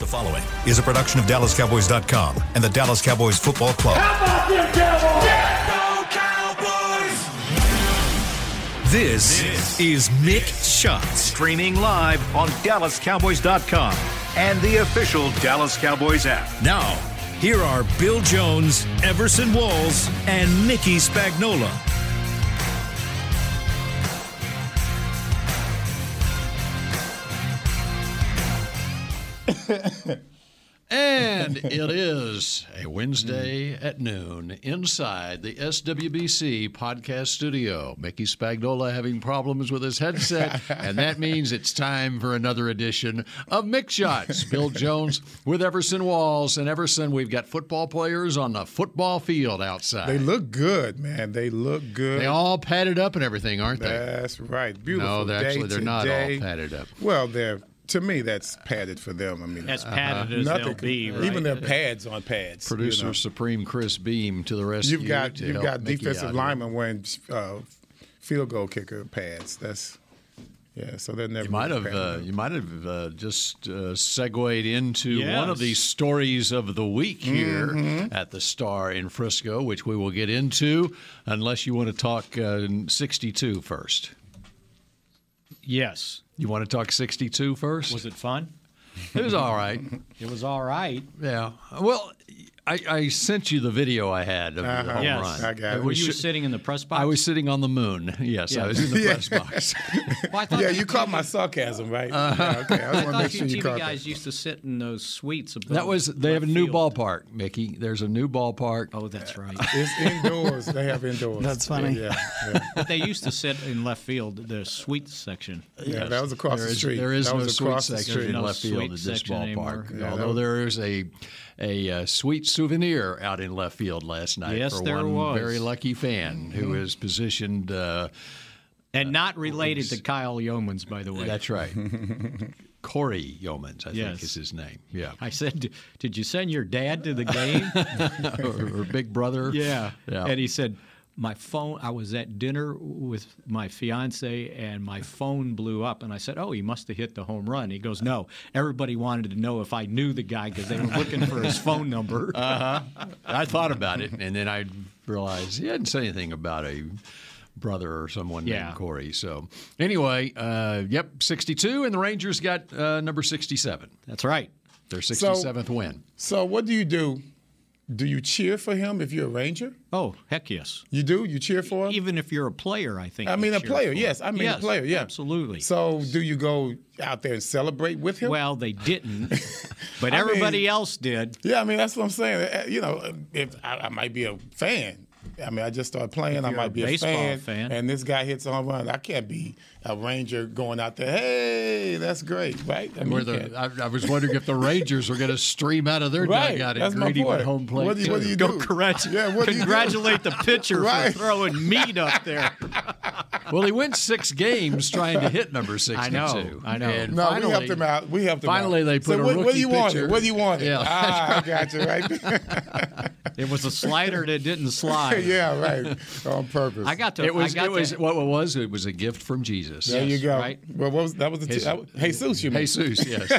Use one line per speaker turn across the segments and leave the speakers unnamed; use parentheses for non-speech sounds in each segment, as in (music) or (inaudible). following is a production of DallasCowboys.com and the Dallas Cowboys Football Club.
How about them Cowboys?
This, is Mick Shots.
Streaming live on DallasCowboys.com and the official Dallas Cowboys app.
Now, here are Bill Jones, Everson Walls, and Mickey Spagnola.
And
(laughs)
it is a Wednesday at noon inside the SWBC podcast studio. Mickey Spagnola having problems with his headset, and
(laughs)
that means it's time for another edition of Mix Shots. Bill Jones with Everson Walls. And Everson, we've got football players on the football field outside.
They look good, man. They look good.
They all padded up and everything, aren't they?
That's right. Beautiful.
No, they're
day
actually- they're not all
today.
padded up.
Well, they're to me that's padded for them. I mean,
as
Uh-huh.
padded as
nothing.
they'll
could-
be. Right?
Even their pads on pads. you
Producer
know.
Supreme Chris Beam to the rescue.
You've got
to
you've
help
got
Mickey out
defensive
here.
linemen wearing uh, field goal kicker pads. That's yeah. So they're never
You might have
padded.
uh, you might have uh, just uh, segued into one of
Yes. Mm-hmm.
the stories of the week here at the Star in Frisco, which we will get into, unless you want to talk uh, 62 first.
yes.
You want to talk 62 first?
Was it fun?
it was all
(laughs)
right.
It was all right.
Yeah. Well, I, I sent you the video I had of the home
Uh-huh. Yes.
run.
I got it.
Were you
Uh, should-
sitting in the press box?
I was sitting on the moon. (laughs) Yes, I
Yeah.
was in the press
(laughs)
box.
Well, I thought
yeah, you caught my sarcasm, right?
Uh,
yeah, okay, I
I
just want to
thought
make sure
you
you
TV
caught
guys
that.
used to sit in those suites. Above
That was they have a
left
new
field.
ballpark, Mickey. There's a new ballpark.
Oh, that's right.
It's indoors. They have indoors.
That's funny.
Yeah, yeah. yeah.
but they used to sit in left field, the suites section.
Yeah, that was across
There
the
is-
street.
There is
that
no
was
sweet
across the
section
street.
in
No
left field
sweet
at this
section anymore.
ballpark.
Yeah,
Although
that-
there is a a uh, sweet souvenir out in left field last night
Yes,
for
there
one
was.
very lucky fan who
Mm-hmm.
is positioned. Uh,
And not related to Kyle Yeomans, by the way.
that's (laughs) right, Corey Yeomans, I think
Yes.
is his name. Yeah,
I said, Did you send your dad to the game?
(laughs) or, or big brother.
(laughs) Yeah.
yeah.
And he said, my phone, I was at dinner with my fiance and my phone blew up. And I said, Oh, he must have hit the home run. He goes, No. Everybody wanted to know if I knew the guy because they were looking for his
(laughs)
phone number.
Uh.
I thought about it, and then I realized he hadn't said anything about a brother or someone
Yeah.
named Corey. So anyway, uh, yep, 62, and the Rangers got uh, number 67,
That's right.
their 67th win.
So what do you do? Do you cheer for him if you're a Ranger?
Oh, heck yes.
You do? You cheer for him?
E, Even if you're a player, I think.
I
you
mean, a
cheer
player,
for.
yes. I mean,
Yes,
a player, yeah.
Absolutely.
So, do you go out there and celebrate with him?
well,
(laughs)
they didn't, but
I
everybody
mean-
else did.
yeah, I mean, that's what I'm saying. Uh, You know, if I, I might be a fan. I mean, I just started playing. I
you're a
might be a
baseball
fan,
fan.
And this guy hits a home run. I can't be a Ranger going out there, hey, that's great, right? I mean,
Where
you
the,
can't.
uh,
I, I was wondering if the Rangers were going to stream out of their
Right,
dugout and
that's my
greet him
point.
at home plate.
What do you- what
too.
do you do?
Go correct.
Yeah, what do you do?
Congratulate the
(laughs)
pitcher
Right.
for throwing meat up there.
Well, he went six games trying to hit (laughs) number 62.
know, I know.
And
no,
finally,
we helped him out. We helped him
finally
out.
they put
so
a
what, what
rookie
do you want?
pitcher-
What do you want?
Yeah,
ah, I got you right
(laughs)
there.
It was a slider
(laughs)
that didn't slide.
yeah, right. On purpose.
I got to.
It was,
I got
it was
to-
what it was, it was a gift from Jesus.
There you go.
right?
Well, what was that? Was the t- that was- Jesus? You mean?
Jesus,
(laughs)
yes.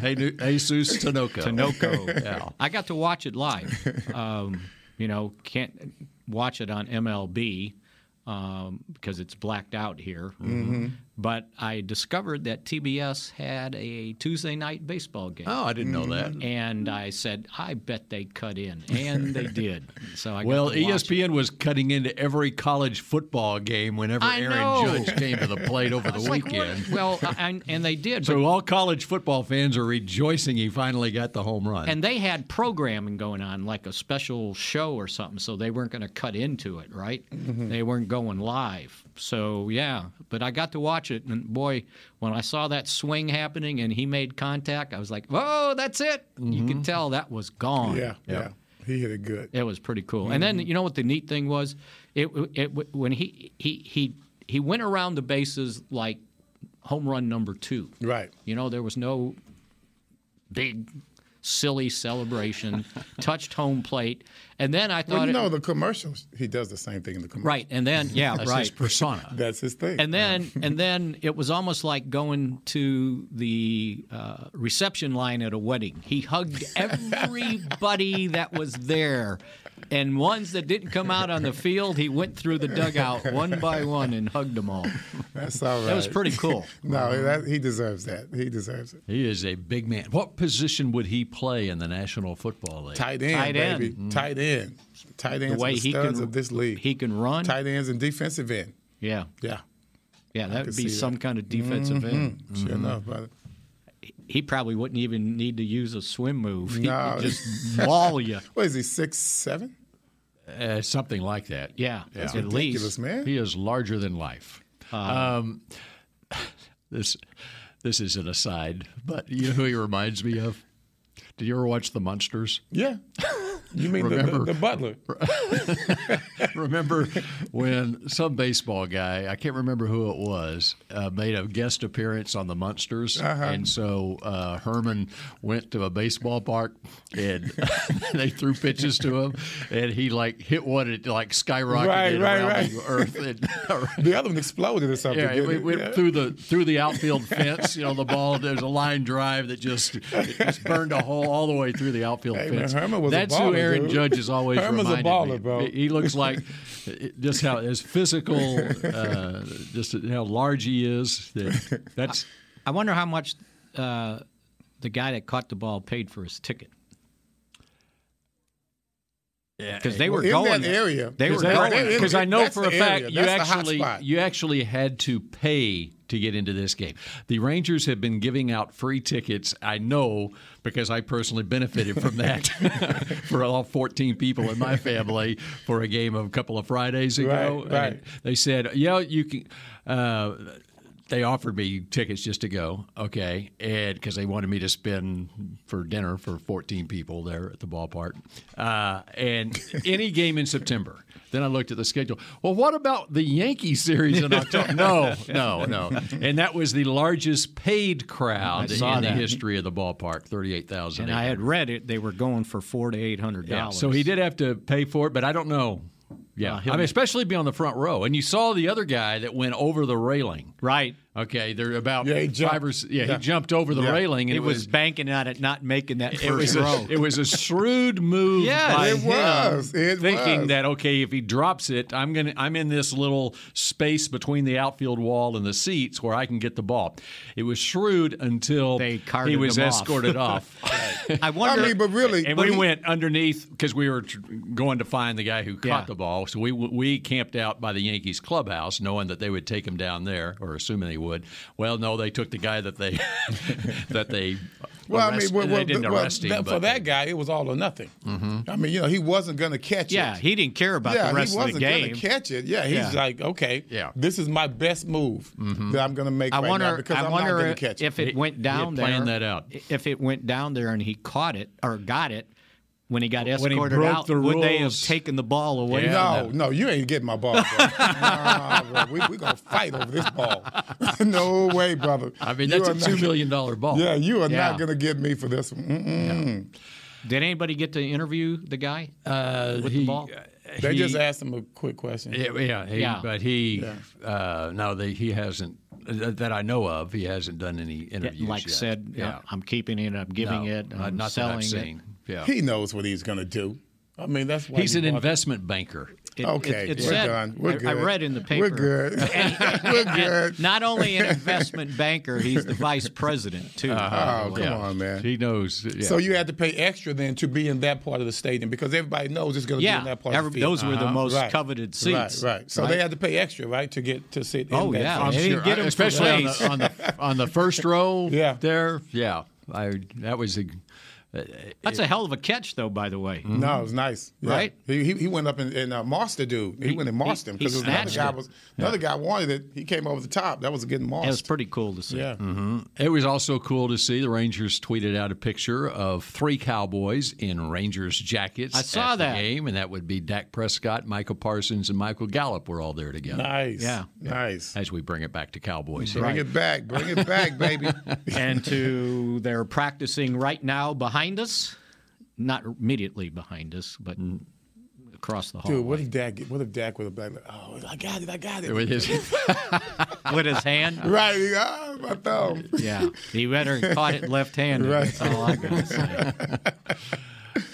Hey, Nu- Jesus Tanoka.
Tinoco.
(laughs) Yeah.
I got to watch it live. Um, you know, can't watch it on MLB um, because it's blacked out here.
Mm-hmm.
But I discovered that TBS had a Tuesday night baseball game.
Oh, I didn't know that.
And I said, I bet they cut in,
(laughs)
and they did. So I got
Well, E
to watch it.
ESPN was cutting into every college football game whenever
I
Aaron
know.
Judge came to the plate over the
Like, what-
weekend.
well, I- and, and they did. but
So all college football fans are rejoicing he finally got the home run.
And they had programming going on, like a special show or something, so they weren't going to cut into it, right? They weren't going live. So, yeah, but I got to watch it, and boy, when I saw that swing happening and he made contact, I was like, whoa, that's it. You could tell that was gone.
Yeah, yeah. He hit it good.
It was pretty cool. And then you know what the neat thing was? It, it when he he he he went around the bases like home run number two.
Right.
You know there was no big silly (laughs) celebration, touched home plate, and then I thought,
Well, you
it-
know the commercials. He does the same thing in the commercials.
right, and then yeah,
That's
right,
his persona.
That's his thing.
and (laughs) then and then it was almost like going to the uh, reception line at a wedding. He hugged (laughs) everybody that was there, and ones that didn't come out on the field, he went through the dugout one by one and hugged them all.
that's all right.
That was pretty cool.
(laughs)
Uh-huh.
no, that, he deserves that. He deserves it.
He is a big man. What position would he play in the National Football League?
Tight end,
Tight end. Mm-hmm.
baby. Tight end. Tight ends
The way
are the
he
studs
can
of this league.
he can run.
Tight ends and defensive end.
Yeah,
Yeah,
yeah, that
could
would be
see that. Mm-hmm.
some kind of defensive end.
sure enough, brother.
He probably wouldn't even need to use a swim move. He
No.
could
(laughs)
just maul you.
What is he? Six seven?
Uh, something like that.
Yeah,
That's
at
Ridiculous
least.
man.
He is larger than life.
Uh-huh.
um, (laughs) this this is an aside, but you know who he reminds me of? Did you ever watch The Munsters?
(laughs)
yeah. You mean the, the,
Remember-
the butler?
(laughs) remember when some baseball guy, I can't remember who it was, uh, made a guest appearance on the Munsters,
Uh-huh.
and so uh, Herman went to a baseball park and (laughs) they threw pitches to him, and he like hit one and it, like skyrocketed
Right, right,
around
right.
the earth. And, (laughs)
The other one exploded or something.
Yeah, it went,
didn't
went
Yeah.
through the through the outfield fence. You know, the ball. There's a line drive that just, it just burned a hole all the way through the outfield
Hey, man,
fence.
Herman was a
That's who
baller,
Aaron
dude.
Judge is always
Herman's a
reminded me.
baller, bro.
He looks like just how his physical, uh, just how large he is. That- That's
I wonder how much uh, the guy that caught the ball paid for his ticket. Because they were
in that
going there.
area.
They were
that
going
area-
because I know
that's
for
the
a fact
area.
you
That's the hot
actually
spot.
you actually had to pay to get into this game. The Rangers have been giving out free tickets. I know because I personally benefited from that (laughs) for all 14 people in my family for a game of a couple of Fridays ago.
Right, right.
And they said, "Yeah, you can." Uh, they offered me tickets just to go, okay, and because they wanted me to spend for dinner for 14 people there at the ballpark, uh,
(laughs)
and any game in September. Then I looked at the schedule. Well, what about the Yankee series in
(laughs)
October? No, no, no. And that was the largest paid crowd
I
in
saw
the
that.
history of the ballpark, thirty-eight thousand.
And I had read it; they were going for four to eight hundred dollars.
So he did have to pay for it, but I don't know. Yeah,
Uh,
I
he'll-
mean, especially be on the front row. And you saw the other guy that went over the railing.
right.
Okay, they're about
Yeah, he jumped.
five or s- yeah,
Yeah.
he jumped over the
Yeah.
railing and
It was banking on it not making that
it was
first
a,
(laughs) row.
it was a shrewd move
Yes.
by
It
him,
was. It
thinking
was.
that okay, if he drops it, I'm gonna I'm in this little space between the outfield wall and the seats where I can get the ball. It was shrewd until
They carted
he was
him off.
escorted off,
(laughs) I
I
wonder.
mean, but really,
and
but
we
he-
went underneath because we were tr- going to find the guy who caught
Yeah.
the ball. So we we camped out by the Yankees clubhouse, knowing that they would take him down there, or assuming they would. Well, no, they took the guy that they (laughs) that they.
(laughs) Well,
arrest-
I mean, well,
they
well,
didn't
well,
arrest him,
that-
but Mm-hmm.
for that guy, it was all or nothing. I mean, you know, he wasn't going to catch
yeah,
it.
he didn't care about
yeah,
the rest
he
of
wasn't
the
gonna
game.
catch it. Yeah, he's
Yeah.
like, okay,
Yeah. Mm-hmm.
this is my best move that I'm going to make
I
right
wonder.
now because
I
am
wonder
not going to catch
if
it.
it
He-
went
he had
down there.
planned that out.
If it went down there and he caught it or got it when he got
he
escorted
broke
out,
the
would they have
rules.
taken the ball away?
Yeah.
from
No, Oh, no, you ain't getting my
(laughs)
ball. Bro. nah, bro, we we gonna fight over this ball. (laughs) no way, brother.
I mean,
You
that's
are
a
not-
two million dollar ball.
(laughs) Yeah, you are
Yeah.
not gonna get me for this one. Mm-mm.
him? Did anybody get to interview the guy with the ball?
They
Uh, He-
just asked him a quick question.
Yeah, yeah, he-
Yeah.
But he, uh, no, they, he hasn't th- that I know of. He hasn't done any
that,
interviews.
like
yet.
said,
yeah,
uh, I'm keeping it, I'm giving
No,
it,
uh,
I'm
not
selling
that I've
it.
seen. Yeah,
He knows what he's gonna do. I mean, that's why
he's
you
an
bought-
investment banker.
It- it-
Okay,
it
we're
said-
done. We're good.
I, I read in the paper.
We're
(laughs)
good. We're good.
Not only an investment banker, he's the vice president too. by the
(laughs) Oh,
way.
come on, man.
He knows. Yeah.
So you had to pay extra then to be in that part of the stadium because everybody knows it's going to be in
Yeah,
that part
every-
of the field. Uh-huh.
those were the most
Right.
coveted seats.
Right, right. So they had to pay extra, right, to get to sit.
Oh,
in that
yeah.
front row.
I'm They
Sure,
didn't get him
especially on
for
the, on the on the
(laughs)
first row.
Yeah.
there. Yeah, I that was a.
That's a hell of a catch, though. By the way,
No, it was nice. Yeah.
Right?
He, he he went up and, and uh, mossed the dude. He, went and mossed
he-
him
he
because another
snatched
guy
it.
was another guy wanted it. He came over the top. That was getting mossed.
it was Mm-hmm. pretty cool to see.
yeah.
It was also cool to see the Rangers tweeted out a picture of three Cowboys in Rangers jackets.
I saw
at the
that.
game, and that would be Dak Prescott, Michael Parsons, and Michael Gallup were all there together.
Nice.
Yeah.
Nice.
As we bring it back to Cowboys,
(laughs)
Bring it back. Bring it back, baby.
and to they're practicing right now behind behind us, not immediately behind us, but across the
(laughs)
hall.
Dude, what if Dak? get- What if Dak would have been like, "Oh, I got it, I got it."
With
(laughs)
his- (laughs)
with his hand?
Right? he- Ah, my thumb.
yeah, he better caught it left-handed.
Right.
That's all I'm gonna say.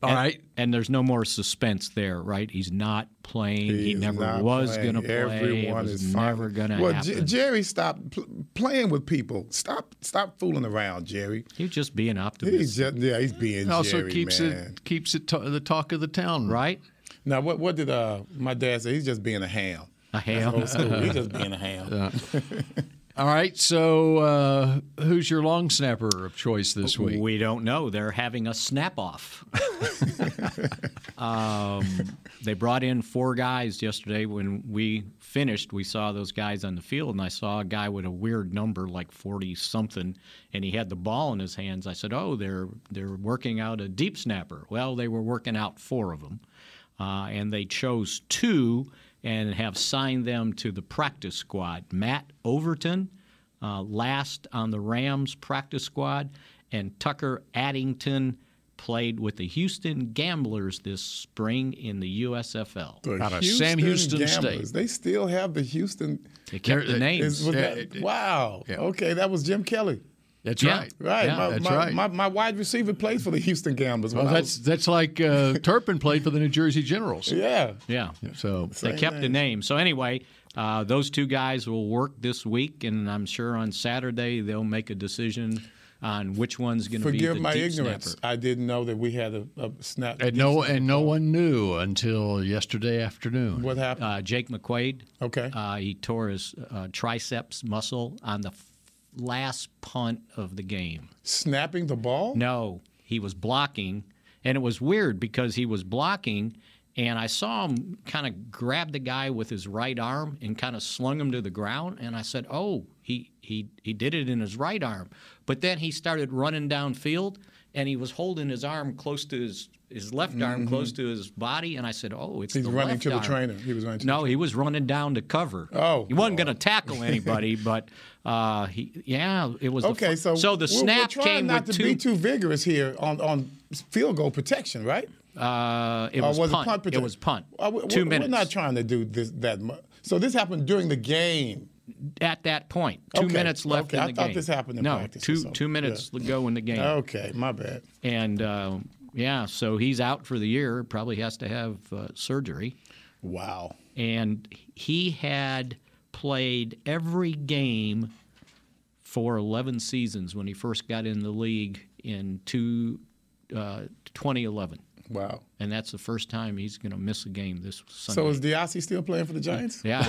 all right.
And there's no more suspense there, right? He's not playing. (laughs) he
He's
never
not
was
playing.
gonna play.
Everyone
it was
is
never
finally-
gonna
Well, J-
happen.
Jerry, stop pl- playing with people. Stop, stop fooling around, Jerry.
He's just being optimistic,
He's just, yeah, he's being
Also
Jerry,
keeps
man.
it keeps it to- the talk of the town.
right?
Now, what what did uh, my dad say? He's just being a ham.
A ham.
Old school. He's just being a
(laughs)
ham.
All right. So uh, who's your long snapper of choice
Oh,
this week?
We don't know. They're having a
(laughs)
snap off. um, they brought in four guys yesterday. When we finished, we saw those guys on the field, and I saw a guy with a weird number, like forty something, and he had the ball in his hands. I said, "Oh, they're they're working out a deep snapper." Well, they were working out four of them, uh, and they chose two and have signed them to the practice squad. Matt Overton uh, last on the Rams practice squad, and Tucker Addington played with the Houston Gamblers this spring in the USFL.
The
Out of Sam Houston
Gamblers.
State.
They still have the Houston.
They kept
There-
the
Is,
names.
was
Yeah,
that-
it-
wow. Okay, that was Jim Kelly.
That's
Yeah.
right.
Right.
Yeah,
my,
that's
my,
right.
My, my wide receiver played for the Houston Gamblers.
Well,
when I was-
that's that's like uh, Turpin played for the New Jersey Generals.
yeah.
yeah.
So
They kept the name. So anyway, uh, those two guys will work this week, and I'm sure on Saturday they'll make a decision on which one's going to be the
Forgive my
deep
ignorance.
snapper.
I didn't know that we had a, a snap.
and no and no one knew until yesterday afternoon.
What happened?
Uh, Jake McQuaid.
Okay.
Uh, he tore his uh, triceps muscle on the f- last punt of the game.
Snapping the ball?
No, he was blocking, and it was weird because he was blocking, and I saw him kind of grab the guy with his right arm and kind of slung him to the ground, and I said, "Oh, he he he did it in his right arm," but then he started running downfield, and he was holding his arm close to his. His left arm close to his body, and I said, "Oh, it's
Mm-hmm. He's
the
running
left
to the
arm.
trainer. He was running to the
No, he was running down to cover.
Oh,
he
Lord.
wasn't going
(laughs)
to tackle anybody, but uh, he, yeah, it was the
Okay, so
fu- the
we're- we're
snap
trying
came
not
with
to
two
be too vigorous here on, on field goal protection, right?
Uh, it
Or
was, punt.
protection?
It was punt.
Uh, we-
2
we're,
minutes
We're not trying to do this that much. So this happened during the game.
at that point. Two
Okay,
minutes left
okay,
in
I
the game.
thought this happened in
no,
practice or
two
something. Oh.
two minutes to go in the game,
Okay, my bad.
and uh, yeah, so he's out for the year. Probably has to have uh, surgery,
Wow.
and he had played every game for 11 seasons when he first got in the league in two, uh, 2011.
Wow.
And that's the first time he's going to miss a game this Sunday.
So is Diassi still playing for the Giants?
Yeah,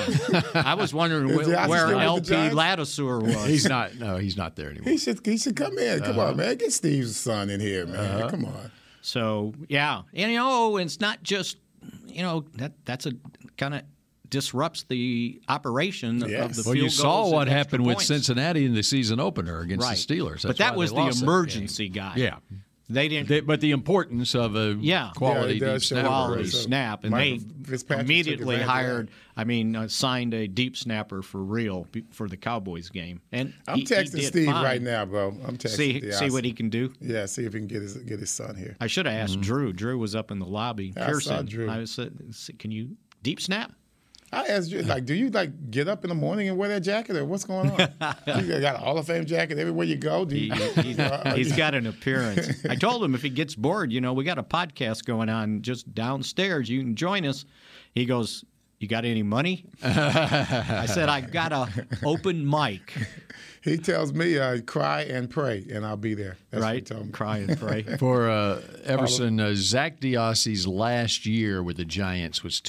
I was wondering
Is
wh-
the Astros
where
still with the
LP
Giants?
Latisseur
(laughs)
was.
He's not. No, he's not there anymore.
He should he should come in. Come
Uh-huh.
on, man. Get Steve's son in here, man. Come on.
So yeah, and you know, it's not just you know that that's a kind of disrupts the operation of
Yes.
the
Well,
field
you saw
goals
what
and extra
happened with
points.
Cincinnati in the season opener against
Right.
the Steelers.
but
That's
that
why
was
they
the
lost that game.
emergency guy.
Yeah.
they didn't.
They- but the importance of a
Yeah.
quality
Yeah, it
deep
does show
snapper
quality
is-
So
snap, and
Michael
they
Fitzpatrick took
immediately
advantage of that.
hired. I mean, uh, signed a deep snapper for real be- for the Cowboys game. And
I'm
he- he
texting
did
Steve
fine.
right now, bro. I'm texting.
See, see
Diassi.
what he can do.
Yeah, see if he can get his get his son here.
I should have asked Drew. Drew was up in the lobby.
I saw
Pearson,
Drew.
I said, "Can you
(laughs)
deep snap?"
I asked you,
Uh-huh.
like, do you like get up in the morning and wear that jacket, or what's going
(laughs)
on? you got a Hall of Fame jacket everywhere you go. Do
He,
you,
he's- he's got an appearance. I told him if he gets bored, you know, we got a podcast going on just downstairs. You can join us. He goes, "You got any money?" I said, "I
(laughs)
got a open mic,
(laughs) he tells me, uh, cry and pray, and I'll be there. That's What he
right?
told me.
Cry and pray."
for uh, Everson. Uh, Zach Diossy's last year with the Giants was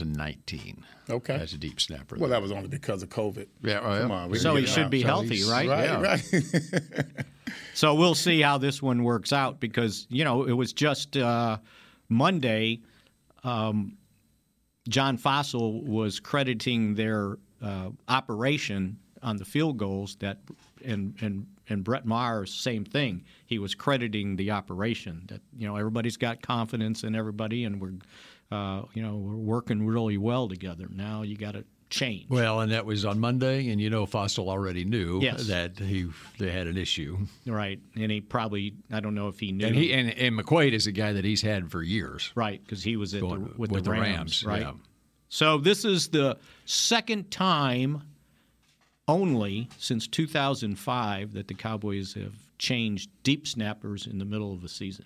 2019.
Okay.
as a deep snapper.
Well, that was only because of COVID.
Yeah, well,
Come
yeah.
on. (laughs) we
oh, So
can
he
get
should
out.
be
So
healthy,
he's-
right?
Right,
yeah.
right.
So we'll see how this one works out because you know it was just uh, Monday. Um, John Fossil was crediting their uh, operation on the field goals that, and and and Brett Maher same thing. He was crediting the operation that you know everybody's got confidence in everybody and we're uh, you know we're working really well together. Now you got to change.
Well, and that was on Monday, and you know Fossil already knew
Yes.
that he they had an issue.
Right. And he probably, I don't know if he knew.
And he and, and McQuaid is a guy that he's had for years.
right, because he was at the,
Going-
with, the Rams, right?
yeah.
So this is the second time only since 2005 that the Cowboys have changed deep snappers in the middle of a season.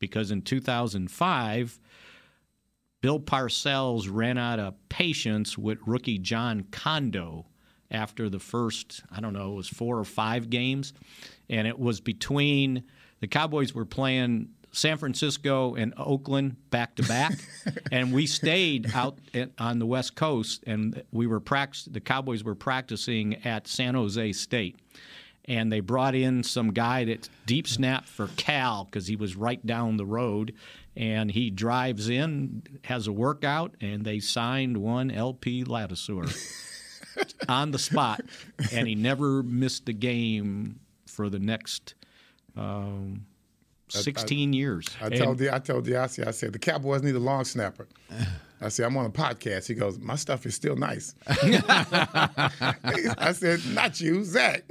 Because in 2005, Bill Parcells ran out of patience with rookie John Kondo after the first, I don't know, it was four or five games. And it was between the Cowboys were playing San Francisco and Oakland back to back. And we stayed out at, on the West Coast and we were practice, the Cowboys were practicing at San Jose State. And they brought in some guy that deep snap for Cal because he was right down the road and he drives in, has a workout, and they signed one
(laughs)
LP Latisseur on the spot, and he never missed a game for the next um, 16 years.
I told the I told the I said, I said the Cowboys need a long snapper. I said I'm on a podcast. He goes, my stuff is
(laughs)
still nice. I said, not you, Zach.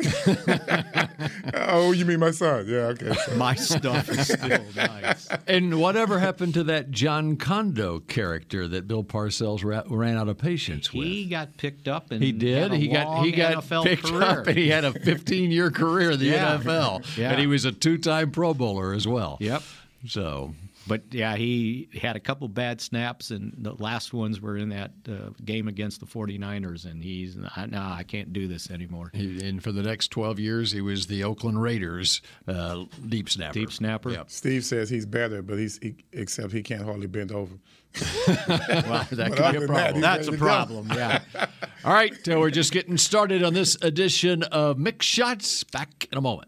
(laughs) oh, you mean my son? Yeah, okay. So,
My stuff is still nice.
And whatever happened to that John Kondo character that Bill Parcells ra- ran out of patience
He
with?
got picked up and
He did.
had a
He got
long
he got
NFL
picked
career.
up, and he had a 15 year career in the
Yeah.
NFL.
Yeah.
And he was a two time Pro Bowler as well.
Yep.
So
But yeah, he had a couple bad snaps, and the last ones were in that uh, game against the 49ers. And he's, "I- nah, I can't do this
(laughs)
anymore. (laughs)
he, and for the next 12 years, he was the Oakland Raiders uh, deep snapper.
Deep snapper.
Yep.
Steve says he's better, but he's he, except he can't hardly bend over.
Well, that
But
could
other
be a
than that,
problem.
he's
That's
ready to
a
go.
problem. Yeah.
All right, uh, we're just getting started on this edition of Mix Shots. Back in a moment.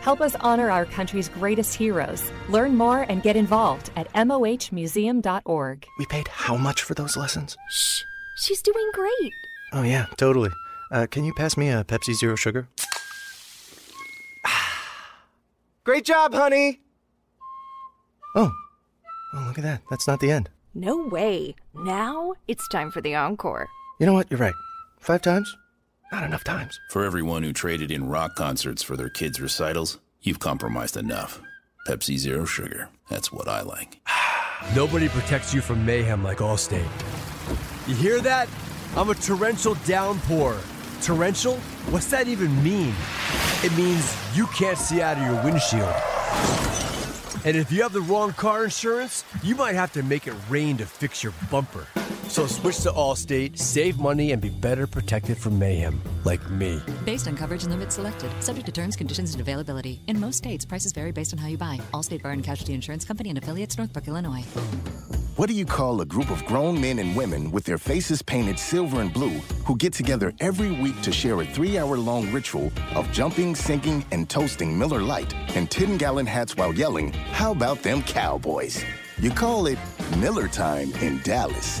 Help us honor our country's greatest heroes. Learn more and get involved at mohmuseum.org.
We paid how much for those lessons?
She's doing great.
Oh, yeah, totally. Uh, can you pass me a Pepsi Zero Sugar? (sighs) Great job, honey! Oh. Oh, look at that. That's not the end.
No way. Now it's time for the encore.
You know what? You're right. Five times? Not enough times.
For everyone who traded in rock concerts for their kids' recitals, you've compromised enough. Pepsi Zero Sugar. That's what I like.
Nobody protects you from mayhem like Allstate. You hear that? I'm a torrential downpour. Torrential? What's that even mean? It means you can't see out of your windshield. And if you have the wrong car insurance, you might have to make it rain to fix your bumper. So switch to Allstate, save money, and be better protected from mayhem, like me.
Based on coverage and limits selected, subject to terms, conditions, and availability. In most states, prices vary based on how you buy. Allstate Bar and Casualty Insurance Company and affiliates, Northbrook, Illinois.
What do you call a group of grown men and women with their faces painted silver and blue who get together every week to share a three hour long ritual of jumping, singing, and toasting Miller Lite and 10 gallon hats while yelling, How about them cowboys? You call it Miller Time in Dallas.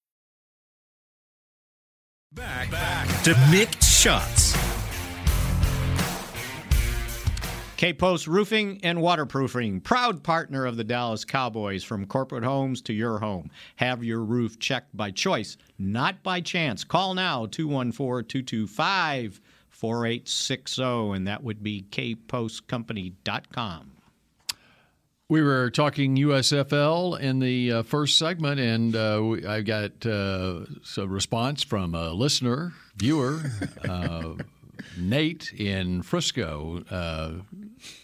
To Mix Shots.
K Post Roofing and Waterproofing, proud partner of the Dallas Cowboys from corporate homes to your home. Have your roof checked by choice, not by chance. Call now 214 225 4860, oh, and that would be kpostcompany.com.
We were talking USFL in the uh, first segment, and uh, we, I got uh, some response from a listener, viewer, uh, Nate in Frisco uh,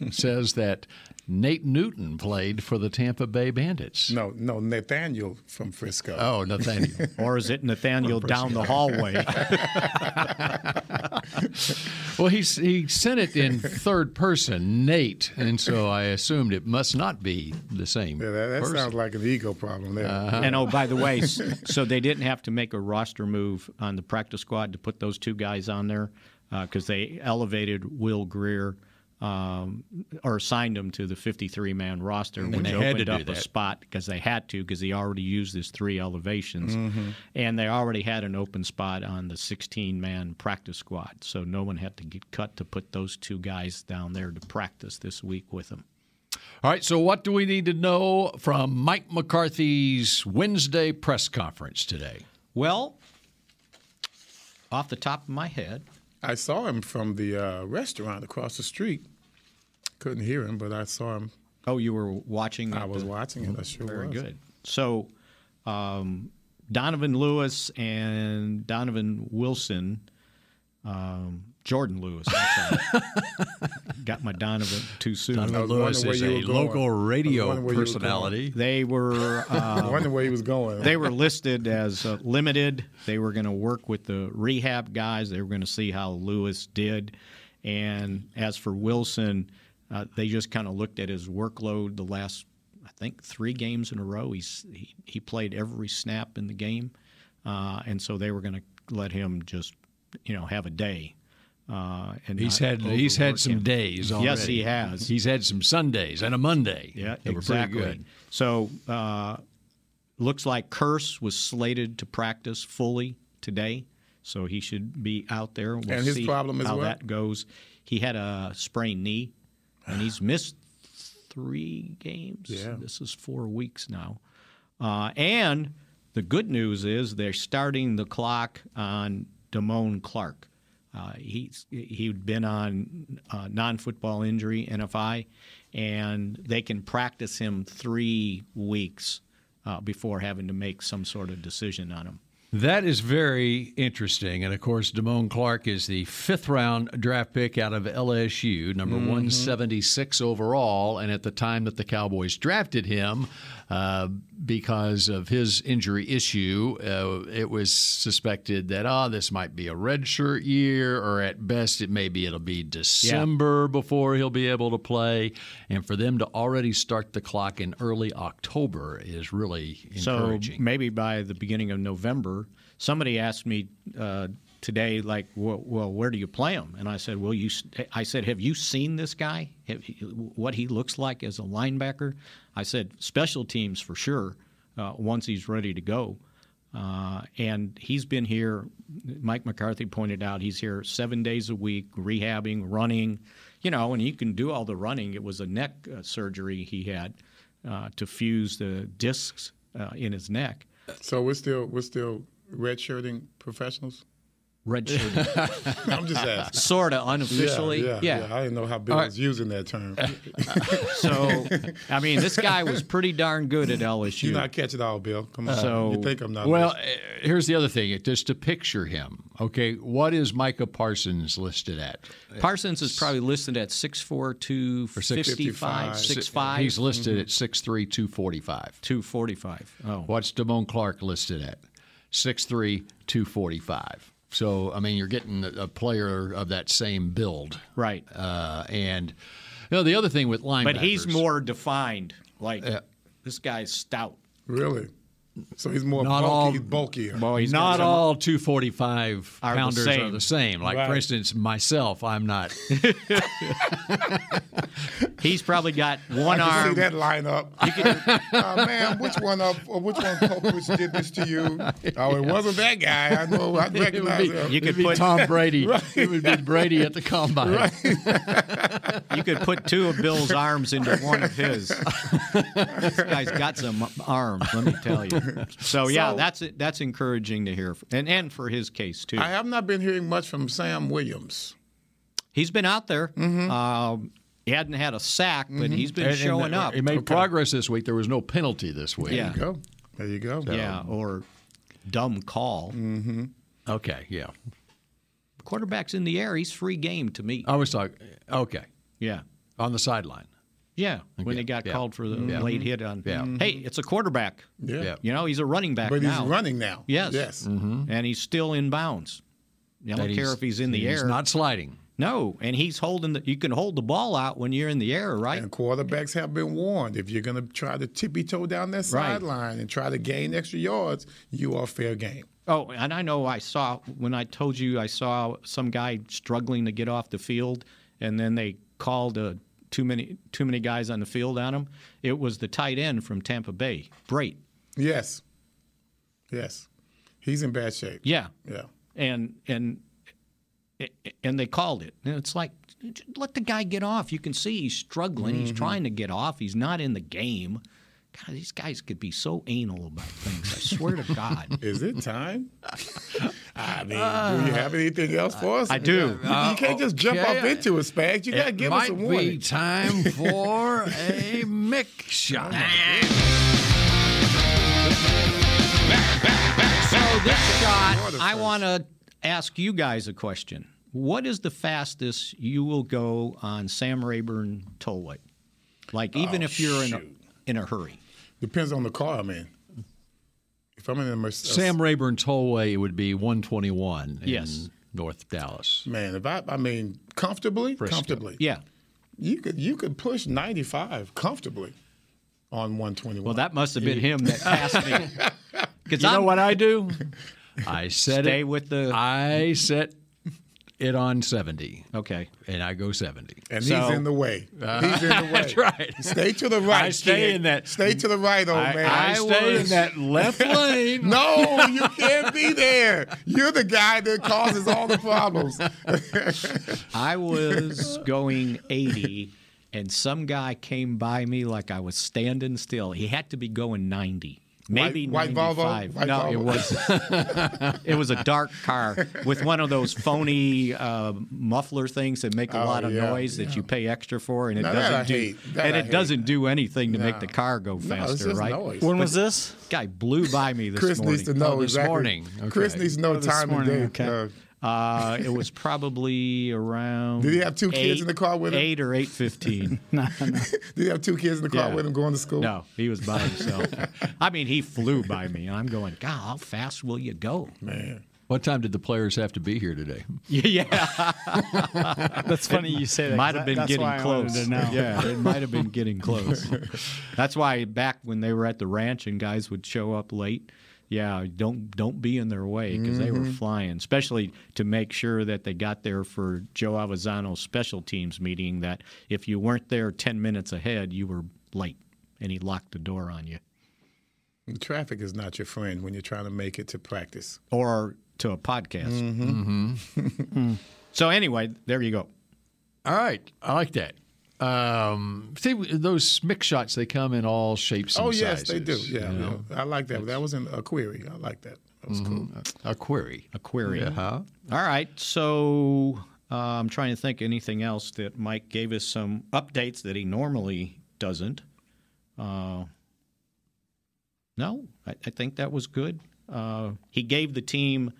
says that Nate Newton played for the Tampa Bay Bandits.
No, no, Nathaniel from Frisco.
Oh, Nathaniel.
or is it Nathaniel
From
down the
Frisco.
hallway?
well, he, he sent it (laughs) in third person, Nate, and so I assumed it must not be the same.
Yeah, that, that
person.
sounds like an ego problem there.
Uh-huh.
And oh, by the way,
(laughs)
s- so they didn't have to make a roster move on the practice squad to put those two guys on there because they elevated Will Greer um, or assigned him to the 53 man roster
Mhm.
when they
Which had to
opened
do
up a
that.
spot because they had to because they already used his three elevations.
Mhm.
And they already had an open spot on the 16 man practice squad. So no one had to get cut to put those two guys down there to practice this week with them.
All right, so what do we need to know from Mike McCarthy's Wednesday press conference today?
Well, off the top of my head,
I saw him from the uh, restaurant across the street. Couldn't hear him, but I saw him.
Oh, you were watching.
I was watching it. I sure
Very
was.
good. So, um, Donovan Lewis and Donovan Wilson, um, Jordan Lewis. I'm
(laughs)
sorry. Got my Donovan too soon.
Donovan I was Lewis wondering where is you a were going. local I was radio wondering where you were personality. going.
They were.
I wonder
Um,
where he was going.
they were listed as uh, limited. They were going to work with the rehab guys. They were going to see how Lewis did. And as for Wilson, uh, they just kind of looked at his workload the last, I think, three games in a row. He's, he, he played every snap in the game. Uh, and so they were going to let him just, you know, have a day. Uh, and
He's
not
had he's
overwork
had some
him.
days already.
Yes, he has.
He's had some Sundays and a Monday.
Yeah,
They were pretty
exactly.
good.
So, uh, looks like Curse was slated to practice fully today, so he should be out there. We'll
And his
see
problem is
how
what?
that goes. He had a sprained knee, and he's missed three games.
Yeah.
This is four weeks now, uh, and the good news is they're starting the clock on Damone Clark. Uh, he's he'd been on uh, non-football injury NFI, and they can practice him three weeks uh, before having to make some sort of decision on him.
That is very interesting. And of course, Damone Clark is the fifth round draft pick out of LSU, number
Mhm.
176 overall. And at the time that the Cowboys drafted him, uh, because of his injury issue, uh, it was suspected that, oh, this might be a redshirt year, or at best, it may be it'll be December before he'll be able to play. And for them to already start the clock in early October is really encouraging.
So maybe by the beginning of November, somebody asked me uh, today, like, well, well, where do you play him? And I said, well, you. s- I said, have you seen this guy? Have, what he looks like as a linebacker? I said, special teams for sure. Uh, once he's ready to go. Uh, and he's been here. Mike McCarthy pointed out he's here seven days a week, rehabbing, running, you know, and he can do all the running. It was a neck uh, surgery he had uh, to fuse the discs uh, in his neck.
So we're still we're still redshirting professionals. (laughs)
Redshirting.
I'm just asking.
Sorta, unofficially.
Yeah,
Yeah.
I didn't know how Bill
All right. Uh,
was using that term.
So, I mean, this guy was pretty darn good at LSU.
You're not catching all, Bill. Come on.
So-
you think I'm not?
Well, eh, here's the other thing. Just to picture him, okay, what is Micah Parsons listed at?
Parsons is probably listed at 6'4", 255, 6'5".
He's listed
Mm-hmm.
at 6'3", 245.
245. Oh.
What's Damone Clark listed at? 6'3", 245. So, I mean, you're getting a a player of that same build.
Right.
Uh, and, you know, the other thing with linebackers.
But he's more defined. Like,
Yeah.
this guy's stout.
really. So he's more
Not
bulky,
all-
he's bulkier.
Well, he's
not
got some-
all 245
Are the
pounders are
same.
the same. Like, for
Right.
instance, myself, I'm
(laughs)
not.
He's probably got
(laughs) I
one
can
arm.
see that lineup. uh, man, which one of or which one coach did this to you? Oh, it wasn't that guy. I know. I
It would
recognize
be-
him.
it would be Tom
(laughs)
Brady. It would be Brady at the combine.
You could put two of
(laughs)
Bill's arms into one of his. this guy's got some arms, let me tell you. So yeah,
So-
that's that's encouraging to hear, and and for his case too.
I have not been hearing much from Sam Williams.
he's been out there.
Mm-hmm.
Um, he hadn't had a sack, but he's been showing
uh,
up.
He made progress this week. There was no penalty this week.
Yeah. There you
go. There you go.
Yeah, or dumb call.
Mm.
Mm-hmm. Okay, yeah.
Quarterback's in the air. He's free game to me.
Uh,
I was talking. Okay.
Yeah.
On the sideline.
Yeah, when
Okay,
they got
yeah.
called for the
Yeah.
late hit on. "Mm,
Yeah.
Hey, it's a quarterback.
Yeah. Yeah.
You know, he's a running back
But he's
now.
running now.
Yes.
Yes.
And he's still in bounds. I
Mm-hmm. That
don't care
he's-
if he's in the
he's
air.
not sliding.
No, and he's holding the. You can hold the ball out when you're in the air, right?
And quarterbacks have been warned if you're going to try to tippy toe down that sideline and try to gain extra yards, you are fair game.
Oh, and I know I saw when I told you I saw some guy struggling to get off the field, and then they called uh, too many too many guys on the field on him. It was the tight end from Tampa Bay, Brait.
Yes. Yes. He's in bad shape.
Yeah,
Yeah.
and and and they called it. And it's like, let the guy get off. You can see he's struggling. He's
Mm-hmm.
trying to get off. He's not in the game. God, these guys could be so anal about things. I swear
(laughs)
to God.
Is it time? I mean, do you have anything else for us?
I do.
You, you can't just jump
Uh, okay.
off into it, Spags. You got to give us a warning.
(laughs)
time for a mix
Oh,
shot.
So this shot, I want to ask you guys a question. What is the fastest you will go on Sam Rayburn Tollway? Like even
Oh,
if you're in a, in a hurry.
Depends on the car, man. If I'm in a Mercedes,
Sam Rayburn Tollway would be 121 in
Yes.
North Dallas.
man, if I, I mean, comfortably,
Frisco.
comfortably,
yeah,
you could you could push 95 comfortably on 121.
Well, that must have been him that passed me.
(laughs)
Because
You
I'm
know what I do? I set
Stay
it.
with the-
I set it on 70.
Okay.
And I go 70.
And
So- Uh,
he's in the way. He's in the
(laughs)
way.
That's (laughs) right.
Stay to the right.
I stay
kid.
in that-
Stay to the right, old
I-
man.
I stay in that
(laughs)
left lane.
no,
(laughs)
you can't be there. You're the guy that causes all the problems.
I was going 80, and some guy came by me like I was standing still. He had to be going 90. Maybe
White- white Volvo?
95.
White
no,
Volvo.
it
(laughs)
was it was a dark car with one of those phony uh, muffler things that make a
Oh,
lot of
yeah,
noise that you pay extra for, and it
Now, that
doesn't
I
do
hate. That
and
I
it
hate.
doesn't do anything to make
No.
the car go
No, it's
faster,
just
right?
noise. When was
this? Guy blew by me this
Chris
morning.
needs to know
Oh, this
exactly.
morning.
Chris
Okay.
needs to know
Oh, this
time
morning,
and date.
okay.
Uh,
Uh, it
(laughs)
was probably around.
Did he have two kids
eight-
in the car with him?
Eight or eight
(laughs)
fifteen.
do you have two kids in the car
Yeah.
with him going to school?
no, he was by himself. I mean, he flew by me, and I'm going, God, how fast will you go?
Man.
What time did the players have to be here today?
(laughs) Yeah,
That's funny you say that. 'cause
might have been
that's
getting
why I wanted
close.
to know. (laughs)
Yeah, it might have been getting close. That's why back when they were at the ranch and guys would show up late. Yeah, don't don't be in their way because they were
Mhm.
flying, especially to make sure that they got there for Joe Avezzano's special teams meeting. That if you weren't there ten minutes ahead, you were late, and he locked the door on you.
The traffic is not your friend when you're trying to make it to practice.
or to a podcast.
Mm-hmm.
Mm-hmm. so anyway, there you go.
All right, I like that. Um, see, those mix shots, they come in all shapes and
oh yes,
sizes.
they do. Yeah,
you know? Mm-hmm.
yeah. I like that. That was in a query. I like that. That was cool.
A query.
A query.
Uh-huh.
All right. So uh, I'm trying to think anything else that Mike gave us some updates that he normally doesn't. Uh, no, I, I think that was good. Uh, he gave the team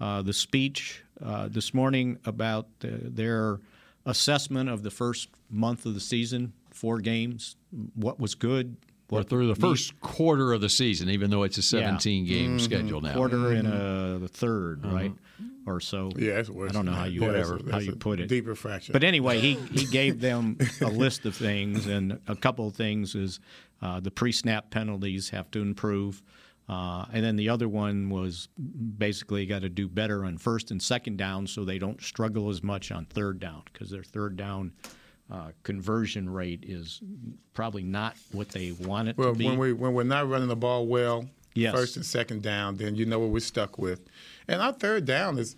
uh, the speech uh, this morning about uh, their assessment of the first month of the season, four games, what was good.
We're
what
through the
need-
first quarter of the season, even though it's a 17 game
Mm-hmm.
Mhm.
schedule now.
Quarter and a the third, right, or so.
Yeah, that's worse
I don't know
than
how
that.
you
Yeah,
whatever
that's a-
how
that's
you
a
put it.
deeper fraction.
But anyway,
(laughs)
he he gave them a list of things, and a couple of things is uh, the pre-snap penalties have to improve. Uh, and then the other one was basically got to do better on first and second down so they don't struggle as much on third down because their third down uh, conversion rate is probably not what they want it
Well,
to be.
when we when we're not running the ball well,
Yes.
first and second down, then you know what we're stuck with. And our third down is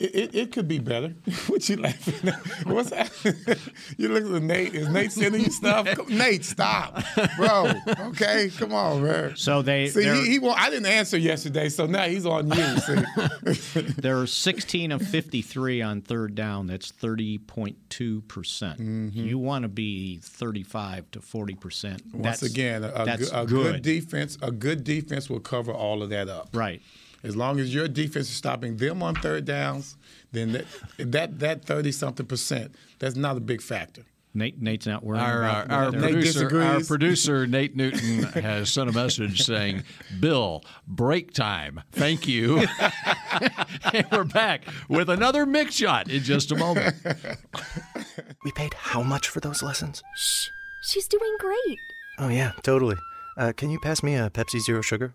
It, it, it could be better. (laughs) what you laughing at? What's that? (laughs) you looking at Nate. Is Nate sending you stuff? Come- Nate, stop. Bro, okay? Come on, man.
So they
See,
they're-
he, he won't, I didn't answer yesterday, so now he's on you. See? (laughs)
There are 16 of 53 on third down. That's 30.2 percent.
Mm-hmm.
You want to be 35 to 40 percent.
Once again, a, a
that's
good, a
good.
good defense, a good defense will cover all of that up.
Right.
As long as your defense is stopping them on third downs, then that that that thirty something percent, that's not a big factor.
Nate, Nate's not worried
Our, our,
about
our
that.
producer, our
(laughs)
producer Nate Newton has sent a message saying, "Bill, break time. Thank you." (laughs) and we're back with another mix shot in just a moment.
We paid how much for those lessons? Shh.
She's doing great.
Oh, yeah, totally. Uh, can you pass me a Pepsi Zero (sighs) Sugar?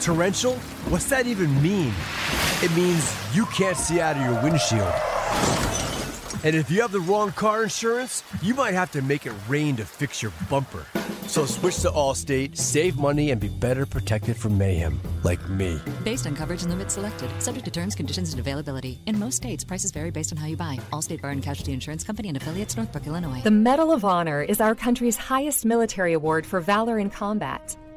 Torrential? What's that even mean? It means you can't see out of your windshield. And if you have the wrong car insurance, you might have to make it rain to fix your bumper. So switch to Allstate, save money, and be better protected from mayhem, like me.
Based on coverage and limits selected, subject to terms, conditions, and availability. In most states, prices vary based on how you buy. Allstate Bar and Casualty Insurance Company and affiliates, Northbrook, Illinois.
The Medal of Honor is our country's highest military award for valor in combat.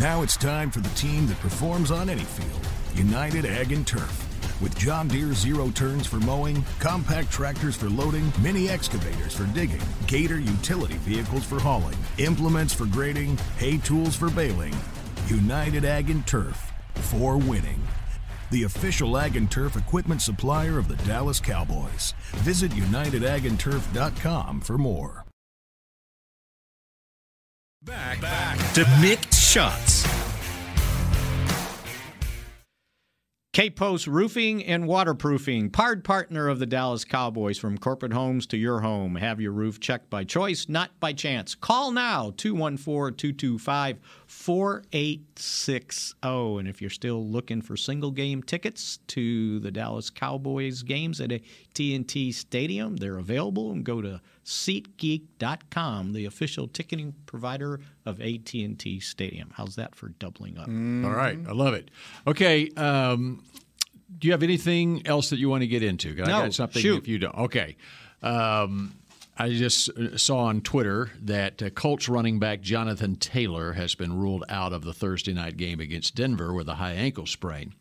Now it's time for the team that performs on any field United Ag and Turf. With John Deere zero turns for mowing, compact tractors for loading, mini excavators for digging, Gator utility vehicles for hauling, implements for grading, hay tools for baling. United Ag and Turf for winning. The official Ag and Turf equipment supplier of the Dallas Cowboys. Visit unitedagandturf.com for more.
Back, back to mixed shots.
K Post Roofing and Waterproofing, proud partner of the Dallas Cowboys from corporate homes to your home. Have your roof checked by choice, not by chance. Call now 214 225 4860. And if you're still looking for single game tickets to the Dallas Cowboys games at a TNT Stadium, they're available and go to SeatGeek.com, the official ticketing provider of AT&T Stadium. How's that for doubling up?
All right, I love it. Okay, um, do you have anything else that you want to get into? 'Cause I
No,
got something
shoot.
if you don't. Okay. Um, I just uh, saw on Twitter that uh, Colts running back Jonathan Taylor has been ruled out of the Thursday night game against Denver with a high ankle sprain.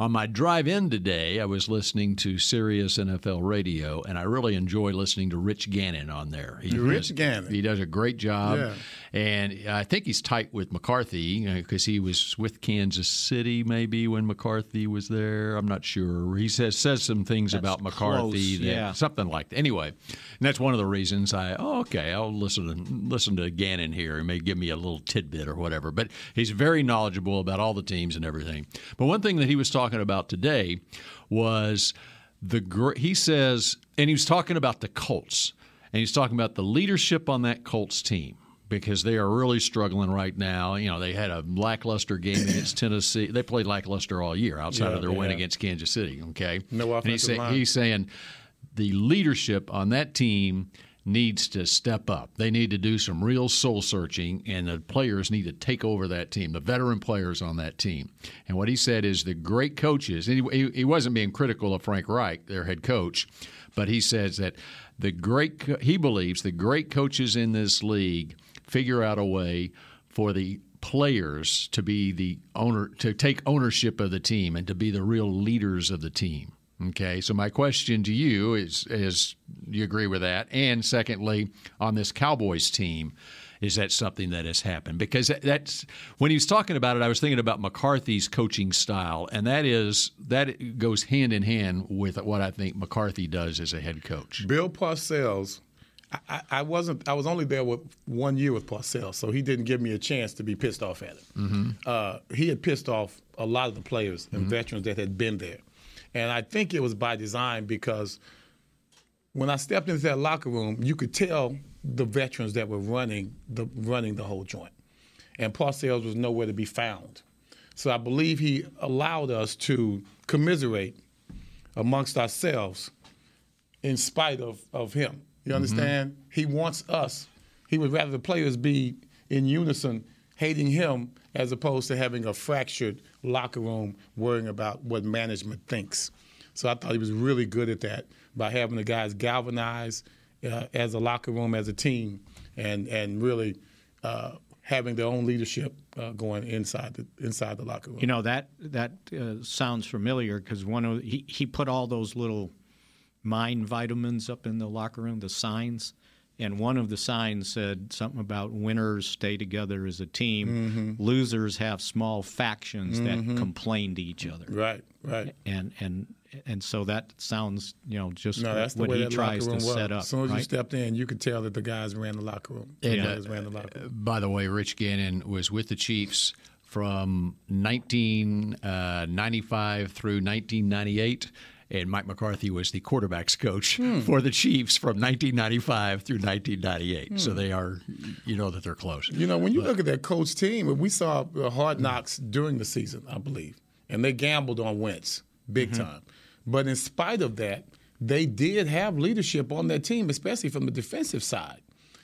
On my drive in today, I was listening to Sirius NFL radio, and I really enjoy listening to Rich Gannon on there. He
Rich
does-
Gannon.
He does a great job.
Yeah.
And I think he's tight with McCarthy because he was with Kansas City maybe when McCarthy was there. I'm not sure. He says says some things about McCarthy,
close,
that-
yeah.
something like that. Anyway, and that's one of the reasons I oh, okay, I'll listen to listen to Gannon here. He may give me a little tidbit or whatever. But he's very knowledgeable about all the teams and everything. But one thing that he was talking about today was the gr- he says, and he was talking about the Colts, and he's talking about the leadership on that Colts team because they are really struggling right now. You know, they had a lackluster game against Tennessee. They played lackluster all year outside
Yeah,
of their win
yeah.
against Kansas City. Okay,
No
And he's,
offensive
say-
line.
he's saying the leadership on that team needs to step up. They need to do some real soul searching, and the players need to take over that team, the veteran players on that team. And what he said is the great coaches, and he, he wasn't being critical of Frank Reich, their head coach, but he says that the great, co- he believes the great coaches in this league figure out a way for the players to be the owner to take ownership of the team and to be the real leaders of the team Okay, so my question to you is is do you agree with that? And secondly, on this Cowboys team, is that something that has happened? Because that's when he was talking about it, I was thinking about McCarthy's coaching style, and that is that goes hand in hand with what I think McCarthy does as a head coach.
Bill Parcells, I- I, I wasn't. I was only there with one year with Parcells, so he didn't give me a chance to be pissed off at him.
Mhm.
Uh, he had pissed off a lot of the players and
Mhm.
veterans that had been there, and I think it was by design because when I stepped into that locker room, you could tell the veterans that were running the running the whole joint, and Parcells was nowhere to be found. So I believe he allowed us to commiserate amongst ourselves in spite of, of him. You
Mhm.
understand? He wants us. He would rather the players be in unison hating him as opposed to having a fractured locker room worrying about what management thinks. So I thought he was really good at that by having the guys galvanized uh, as a locker room, as a team, and and really uh, having their own leadership uh, going inside the inside the locker room.
You know that that uh, sounds familiar because one of he, he put all those little mind vitamins up in the locker room, the signs, and one of the signs said something about winners stay together as a team,
Mm-hmm.
losers have small factions
Mhm.
that complain to each other.
Right, right.
And and and so that sounds you know just
No, that's the
what
way
he
that
tries
locker
to
room was.
set up.
As soon as you
right?
stepped in, you could tell that the guys ran the locker room. The
And,
players
uh,
ran the locker room.
By the way, Rich Gannon was with the Chiefs from 1995 through 1998. And Mike McCarthy was the quarterback's coach
Hmm.
for the Chiefs from 1995 through 1998. So
Hmm.
they are, you know, that they're close.
You know, when you look at that coach team, we saw uh, hard knocks during the season, I believe, and they gambled on Wentz big
Mhm.
time. But in spite of that, they did have leadership on their team, especially from the defensive side,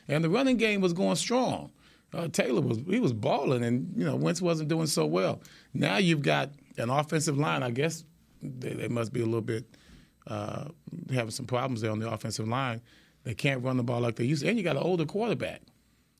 and the running game was going strong. Uh, Taylor was he was balling, and you know Wentz wasn't doing so well. Now you've got an offensive line. I guess they, they must be a little bit uh, having some problems there on the offensive line. They can't run the ball like they used, to. and you got an older quarterback.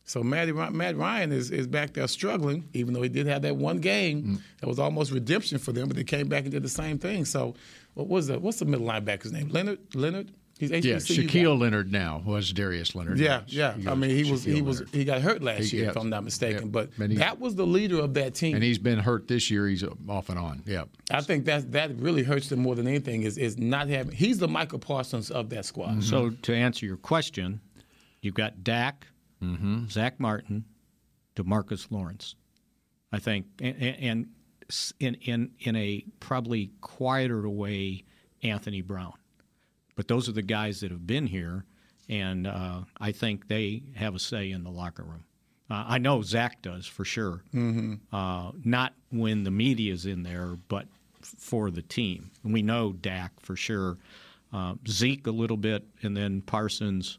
So Matt, Matt Ryan is, is back there struggling, even though he did have that one game
Mm.
that was almost redemption for them, but they came back and did the same thing. So what was the what's the middle linebacker's name? Leonard Leonard? He's
yeah,
HBCU guy.
Shaquille Leonard now was Darius Leonard.
Yeah, yeah. I mean, he was he
Shaquille
was
Leonard.
he got hurt last
He-
year,
yeah,
if I'm not mistaken.
yeah.
But
And he-
that was the leader of that team.
And he's been hurt this year. He's off and on. Yeah.
I think that that really hurts them more than anything is is not having. He's the Michael Parsons of that squad.
Mm.
So to answer your question, you've got Dak, Zach Martin, Demarcus Lawrence. I think, and, and s- in in in a probably quieter way, Anthony Brown. But those are the guys that have been here, and uh, I think they have a say in the locker room. Uh, I know Zach does for sure.
Mhm.
Uh, not when the media's in there, but f- for the team. And we know Dak for sure, uh, Zeke a little bit, and then Parsons.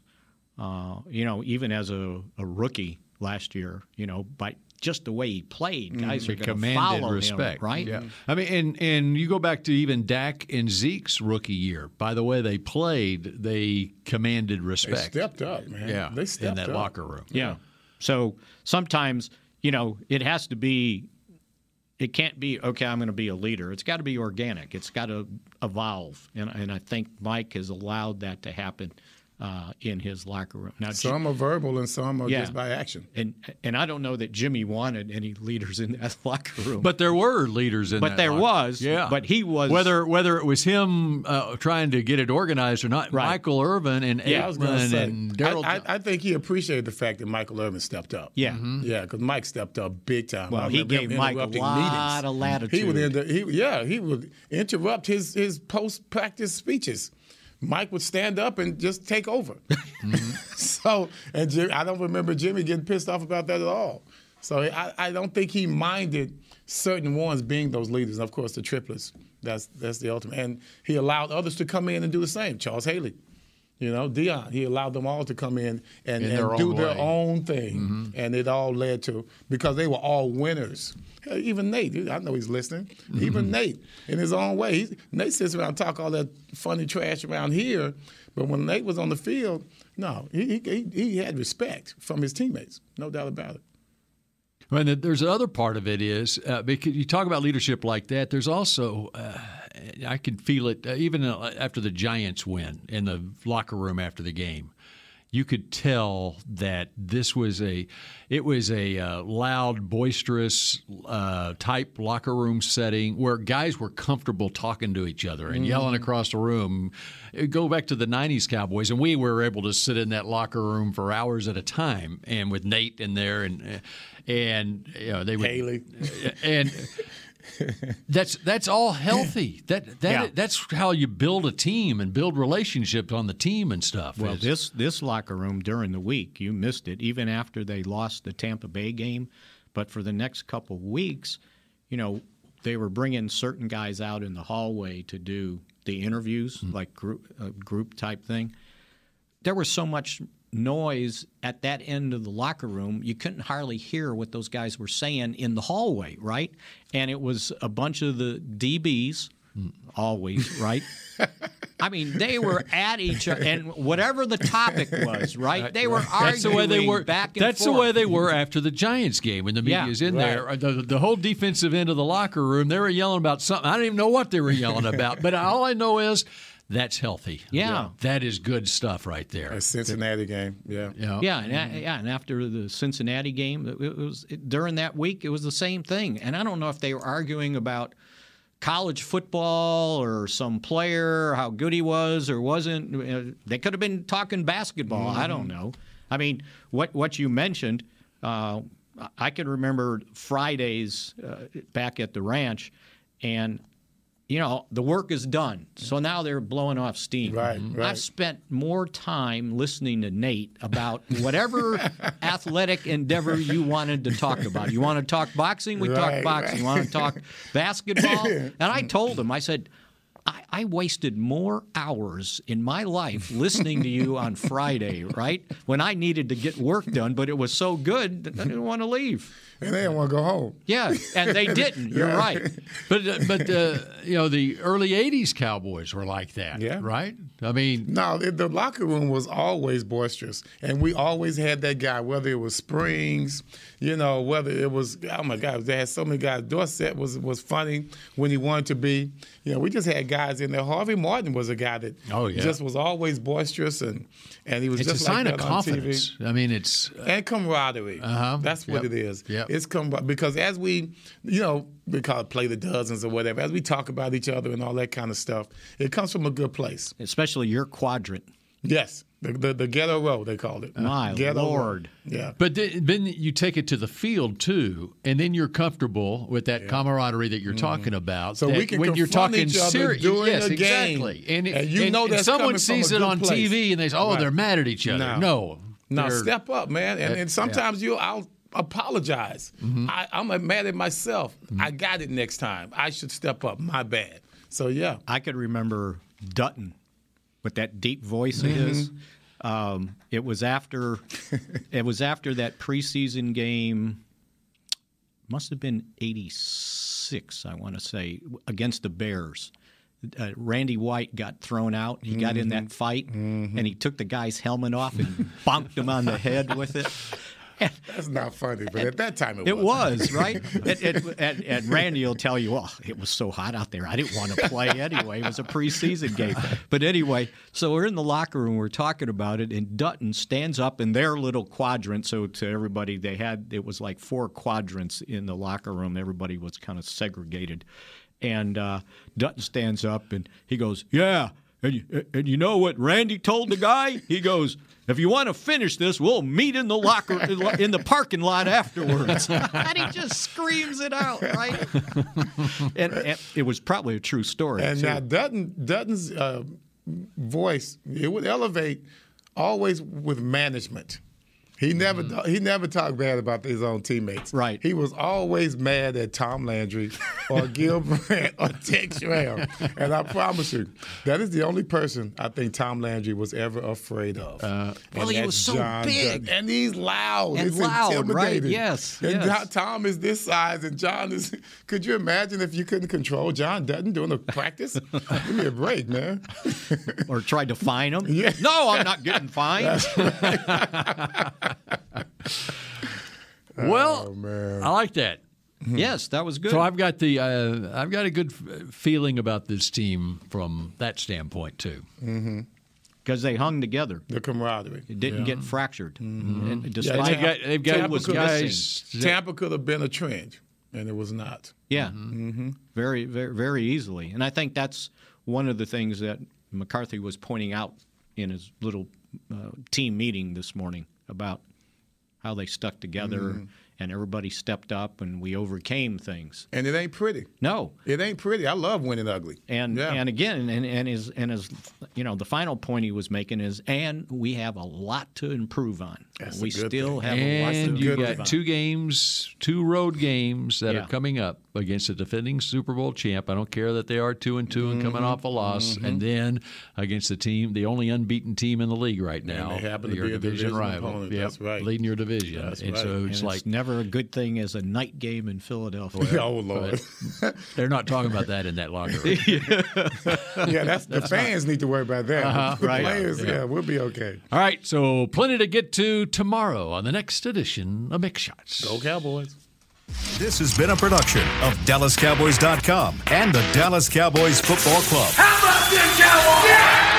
Uh, you know, even as a, a rookie last year, you know, by just the way he played, guys
He
are going to
commanded
follow
respect,
him, right?
Mm-hmm.
Mm-hmm.
Yeah. I mean, and and you go back to even Dak and Zeke's rookie year. By the way, they played. They commanded
They
respect.
stepped up, man.
Yeah,
they stepped
in that
up.
locker room.
Yeah. So sometimes, you know, it has to be, it can't be, okay, I'm going to be a leader. It's got to be organic, it's got to evolve. And, and I think Mike has allowed that to happen uh, in his locker room. Now,
Some are verbal and some are
Yeah.
just by action.
and, and I don't know that Jimmy wanted any leaders in that (laughs) locker room.
But there were leaders in
But
that
there
locker-
was,
Yeah.
but he was-
Whether whether it was him uh, trying to get it organized or not, Michael Irvin and
Yeah, I was going to
Aikman
say.
and Daryl.
I, I, I think he appreciated the fact that Michael Irvin stepped up. Mm-hmm.
Yeah. Mhm.
yeah, because Mike stepped up big time.
Well,
I
he
remember him
gave Mike a
interrupting
lot
meetings.
of latitude.
He would, inter- he, yeah, he would interrupt his his post practice speeches. Mike would stand up and just take
(laughs)
over.
Mm-hmm.
(laughs) so, and Jim, I don't remember Jimmy getting pissed off about that at all. So I, I don't think he minded certain ones being those leaders. And of course, the triplets. That's that's the ultimate. And he allowed others to come in and do the same. Charles Haley. You know, Dion, he allowed them all to come in and,
In
and
their
do
own
their
way. Mm-hmm.
own thing. And it all led to, because they were all winners. Hell, Even Nate, dude, I know he's listening.
Mm-hmm.
Even Nate, in his own way. He, Nate sits around and talk all that funny trash around here. But when Nate was on the field, no, he, he, he he had respect from his teammates, no doubt about it.
Well, And there's another part of it is uh, because you talk about leadership like that. There's also uh, I could feel it uh, even uh, after the Giants win in the locker room after the game. You could tell that this was a, it was a uh, loud, boisterous uh, type locker room setting where guys were comfortable talking to each other and
Mhm.
yelling across the room. Uh, Go back to the '90s Cowboys, and we were able to sit in that locker room for hours at a time, and with Nate in there, and uh, and you know they would
Haley.
(laughs) and that's that's all healthy. That that
Yeah.
that's how you build a team and build relationships on the team and stuff.
Well,
is-
this this locker room during the week, you missed it. Even after they lost the Tampa Bay game, but for the next couple weeks, you know, they were bringing certain guys out in the hallway to do the interviews,
Hmm.
like group uh, group type thing. There was so much noise at that end of the locker room, you couldn't hardly hear what those guys were saying in the hallway, right? And it was a bunch of the DBs. Always, right? I mean, they were at each other, and whatever the topic was, right? They were arguing
That's the way they were.
back and
that's
forth.
the way they were after the Giants game when the
Yeah,
media's in there. Uh, The, the whole defensive end of the locker room, they were yelling about something. I don't even know what they were yelling about, but all I know is that's healthy.
Yeah.
that is good stuff right there.
That Cincinnati game. Yeah.
Yeah.
Yeah, and, a- yeah, and after the Cincinnati game, it- it was it, during that week. It was the same thing, and I don't know if they were arguing about college football or some player, how good he was or wasn't. Uh, They could have been talking basketball. I don't know. I mean, what what you mentioned, uh, I- I can remember Fridays uh, back at the ranch, and you know, the work is done. So now they're blowing off steam. Right,
right.
I've spent more time listening to Nate about whatever
(laughs)
athletic endeavor you wanted to talk about. You want to talk boxing? We
Right,
talk boxing. You
right.
want to talk
(laughs) (coughs)
basketball? And I told him, I said, I, I wasted more hours in my life listening to you on Friday, right? When I needed to get work done, but it was so good that I didn't want to leave.
And they didn't want to go home.
Yeah, and
(laughs)
they didn't. You're
Yeah.
right.
But uh, but uh, you know the early '80s Cowboys were like that,
Yeah.
right? I mean,
no, the, the locker room was always boisterous, and we always had that guy. Whether it was Springs, you know, whether it was oh my God, they had so many guys. Dorset was was funny when he wanted to be. You know, we just had guys in there. Harvey Martin was a guy that
Oh, yeah.
just was always boisterous, and and he was
it's a
just like
sign
that
of
on TV.
confidence. I mean, it's
and camaraderie.
Uh-huh.
That's what
Yep.
it is.
Yep.
It's camaraderie because as we, you know, we call it play the dozens or whatever. As we talk about each other and all that kind of stuff, it comes from a good place.
Especially your quadrant.
Yes, the the, the ghetto row they called it.
Uh, My
ghetto row.
Lord.
Yeah.
But th- then you take it to the field too, and then you're comfortable with that camaraderie that you're talking about.
Mm-hmm. So
that
we can
when you're
confront
talking
each other
serious,
during
yes,
a game,
exactly. And, it-
and you know
and
that's
someone
coming from a
sees it
good
on
place.
TV and they say, "Oh,
Right.
they're mad at each other."
No.
No,
No,
They're-
step up, man. And,
That-
Eh,
and sometimes you, I'll apologize.
Mm-hmm.
I, I'm mad at myself. I got it next time. I should step up. My bad. So yeah,
I could remember Dutton with that deep voice of his. Um, it was after it was after that preseason game. Must have been '86, I want to say, against the Bears. Uh, Randy White got thrown out. He got in that fight, and he took the guy's helmet off and bonked him on the head with it.
that's not funny. But at that time, it,
Eh, It
wasn't. (laughs)
was right, It- it- and, and Randy will tell you, "Well, it was so hot out there, I didn't want to play anyway. It was a preseason game." But anyway, so we're in the locker room, we're talking about it, and Dutton stands up in their little quadrant. So to everybody, they had it was like four quadrants in the locker room. Everybody was kind of segregated, and uh, Dutton stands up and he goes, "Yeah." And you, and you know what Randy told the guy? He goes, "If you want to finish this, we'll meet in the locker in the parking lot afterwards." (laughs) and he just screams it out, right? (laughs) and, and it was probably a true story.
And
too.
now Dutton Dutton's uh, voice it would elevate always with management. He never he never talked bad about his own teammates. Mm-hmm. Right. He was always mad at Tom Landry (laughs) or Gil Brandt or Dick Graham. And I promise you, that is the only person I think Tom Landry was ever afraid of. Uh,
Well, he was so big.
and he's loud.
And
It's
loud, right?
intimidating.
Yes,
And
yes.
Tom is this size and John is. (laughs) Could you imagine if you couldn't control John Dutton during the
(laughs)
practice? Give me a break, man.
or tried to fine him. No, I'm not getting fined.
Well, Oh,
man. Oh,
I like that.
(laughs) Yes, that was good.
So I've got the uh, I've got a good f- feeling about this team from that standpoint too.
Mm-hmm. Because they hung together,
the camaraderie.
It didn't get fractured. And despite
Mm-hmm. Yeah,
yeah,
Tampa- Tampa could have- Tampa could have been a trend, and it was not.
Yeah,
Mm-hmm.
very, very, very easily. And I think that's one of the things that McCarthy was pointing out in his little uh, team meeting this morning about how they stuck together
Mm-hmm.
Mhm.
and everybody stepped up and we overcame things.
And it ain't pretty.
No,
it ain't pretty. I love winning ugly.
And and again, and and his and his, you know, the final point he was making is, and we have a lot to improve on.
That's a
we
good
still
thing.
have a lot to
and you
improve
got
on.
two games, two road games that
Yeah.
are coming up against the defending Super Bowl champ. I don't care that they are two and 2 and coming
Mhm.
off a loss, and then against the team, the only unbeaten team in the league right now,
they happen to
your
be a division
rival,
opponent.
Yep,
That's right.
leading your division,
That's
and
right.
so
And
it's
it's
like
never a good thing as a night game in Philadelphia.
oh
(laughs)
lord,
but they're not talking about that in that locker
(laughs)
room.
yeah,
(laughs)
that's, the
not-
fans need to worry about that.
Uh-huh,
the
right.
players,
Yeah.
yeah, we'll be okay.
All right, so plenty to get to tomorrow on the next edition of Mix Shots.
Go Cowboys.
This has been a production of DallasCowboys.com and the Dallas Cowboys Football Club.
How about this, Cowboys? Yeah!